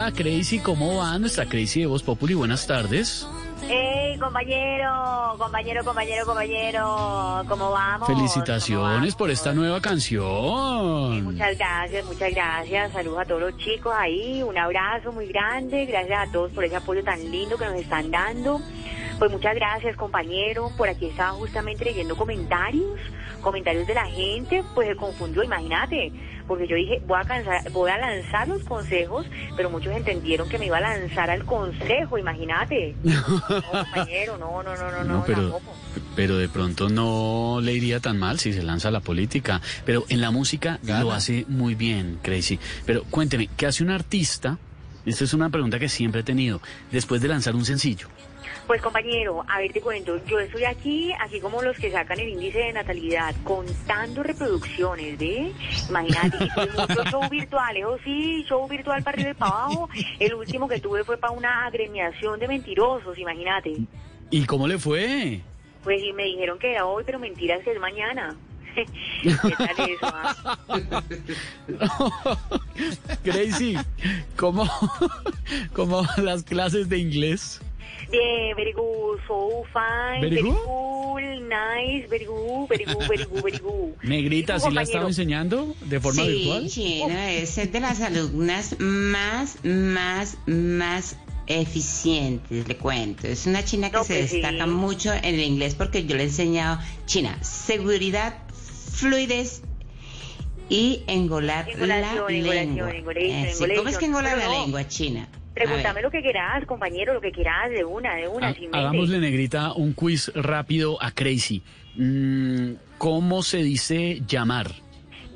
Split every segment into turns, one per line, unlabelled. Hola Ah, Crazy, ¿cómo va nuestra Crazy de Voz Populi? Buenas tardes.
¡Ey, compañero! Compañero, compañero, compañero. ¿Cómo vamos?
Felicitaciones
¿Cómo
por esta nueva canción.
Muchas gracias, muchas gracias. Saludos a todos los chicos ahí. Un abrazo muy grande. Gracias a todos por ese apoyo tan lindo que nos están dando. Pues muchas gracias, compañero. Por aquí estaba justamente leyendo comentarios, comentarios de la gente. Pues se confundió, imagínate. Porque yo dije, voy a, cansar- voy a lanzar los consejos, pero muchos entendieron que me iba a lanzar al consejo, imagínate. No, compañero, no, no, no, no, no,
No, pero,
tampoco.
pero de pronto no le iría tan mal si se lanza a la política. Pero en la música lo hace muy bien, Crazy. Pero cuénteme, ¿qué hace un artista? Esta es una pregunta que siempre he tenido. Después de lanzar un sencillo.
Pues compañero, a ver te cuento, yo estoy aquí, así como los que sacan el índice de natalidad, contando reproducciones, ¿ve? Imagínate, y todo el mundo show virtual, eso sí, show virtual para arriba y para abajo. El último que tuve fue para una agremiación de mentirosos, imagínate.
¿Y cómo le fue?
Pues y me dijeron que era hoy, pero mentiras que es mañana. ¿Qué tal eso, ah?
Crazy, ¿cómo, cómo van las clases de inglés?
Bien, very good, so fine,
Very
very,
good?
cool, nice, very good, very good, very good, very good.
Negrita,
¿Y tú,
¿sí la estaba
compañero?
enseñando de forma
sí,
virtual?
Gina, es ser de las alumnas más, más, más eficientes, le cuento. Es una china que
No,
se
pues sí.
destaca mucho en el inglés porque yo le he enseñado China, seguridad, fluidez y engolar
Engolación,
la
engolación,
lengua.
engolación,
Eso, ¿Cómo es que
engolación?
engola
Pero
la
no.
lengua china? A
Pregúntame
ver.
lo que quieras, compañero, lo que quieras, de una, de una.
Ha-
sin mente.
Hagámosle, negrita, un quiz rápido a Crazy. Mm, ¿Cómo se dice llamar?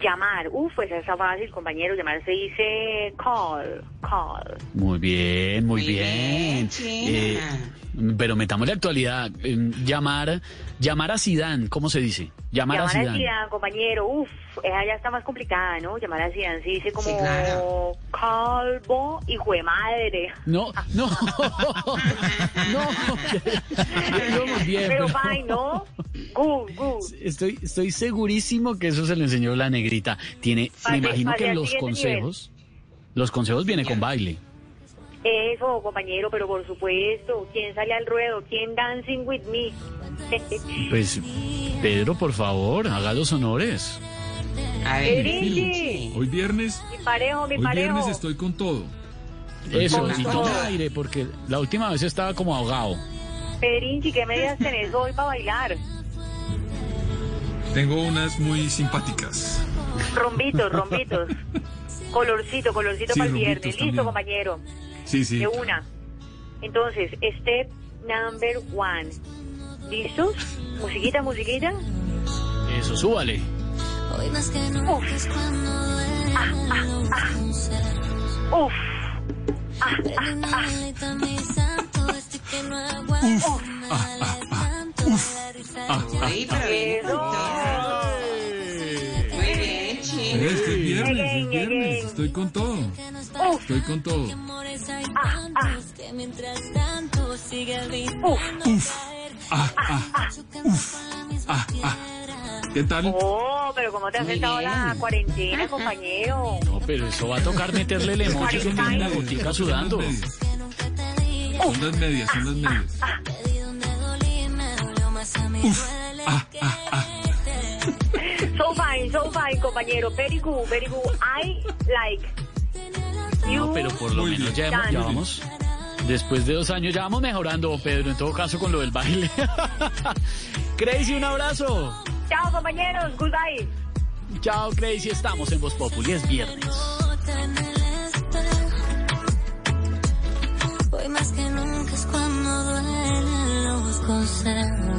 Llamar, uf, esa está fácil, compañero. Llamar se dice call, call.
Muy bien, muy,
Muy
bien.
bien, China.
Eh, pero metamos la actualidad. Em, Llamar, llamar a Sidán, ¿cómo se dice? Llamar,
Llamar
a
a
Sidán.
Zidane, compañero, uf, esa ya está más complicada, ¿no? Llamar a Zidane se dice como
Sí, claro.
calvo, hijo de madre.
No, no, no. Yo muy bien,
pero
pero-
fine, ¿no? Good, good.
Estoy, estoy segurísimo que eso se lo enseñó la negrita. Tiene,
Pase-
me imagino
pase
que en
al
los
siguiente
consejos, los consejos viene con baile.
Eso, compañero, pero por supuesto, ¿quién sale al ruedo? ¿Quién dancing with me?
Pues, Pedro, por favor, haga los honores.
A ver,
Elige.
elige.
Hoy viernes,
mi parejo, mi
hoy
parejo.
viernes estoy con todo.
Eso,
Por
y
favor.
tome aire, porque la última vez estaba como ahogado.
Perinchi, ¿qué medias tenés hoy para bailar?
Tengo unas muy simpáticas.
Rombitos, rombitos. colorcito, colorcito
Sí,
para el
rombitos
viernes. Listo,
también.
compañero.
Sí, sí.
De una. Entonces, step number one. ¿Listos? Musiquita, musiquita.
Eso, súbale.
Uf. Ah, ah, ah. Uf. Ah, ah, ah.
Ah,
Ay, pero bien, muy bien, China.
Oiga, es que es viernes,
Again,
es viernes,
again.
estoy con todo.
Uf.
Estoy con todo.
Ah, ah. Uf.
Ah, ah, uf, ah, ah. ¿Qué tal?
Oh, pero ¿cómo te has
Muy
sentado la
bien.
cuarentena, compañero?
No, pero eso va a tocar meterle el emoji
Parece
con
Ay,
una
aire.
gotica
Son las
sudando.
medias. Son las medias, son las
ah.
medias. Ah, ah, ah.
So fine, so fine, compañero. Very good, very good. I like. You
No, pero por lo
Muy
menos ya,
bien.
hemos- ya
Muy
vamos. Después de dos años ya vamos mejorando, Pedro, en todo caso con lo del baile. Crazy, un abrazo.
Chao, compañeros. Goodbye.
Chao, Crazy. Estamos en Voz Populi. Es viernes.
Hoy más que nunca es cuando duelen los consejos.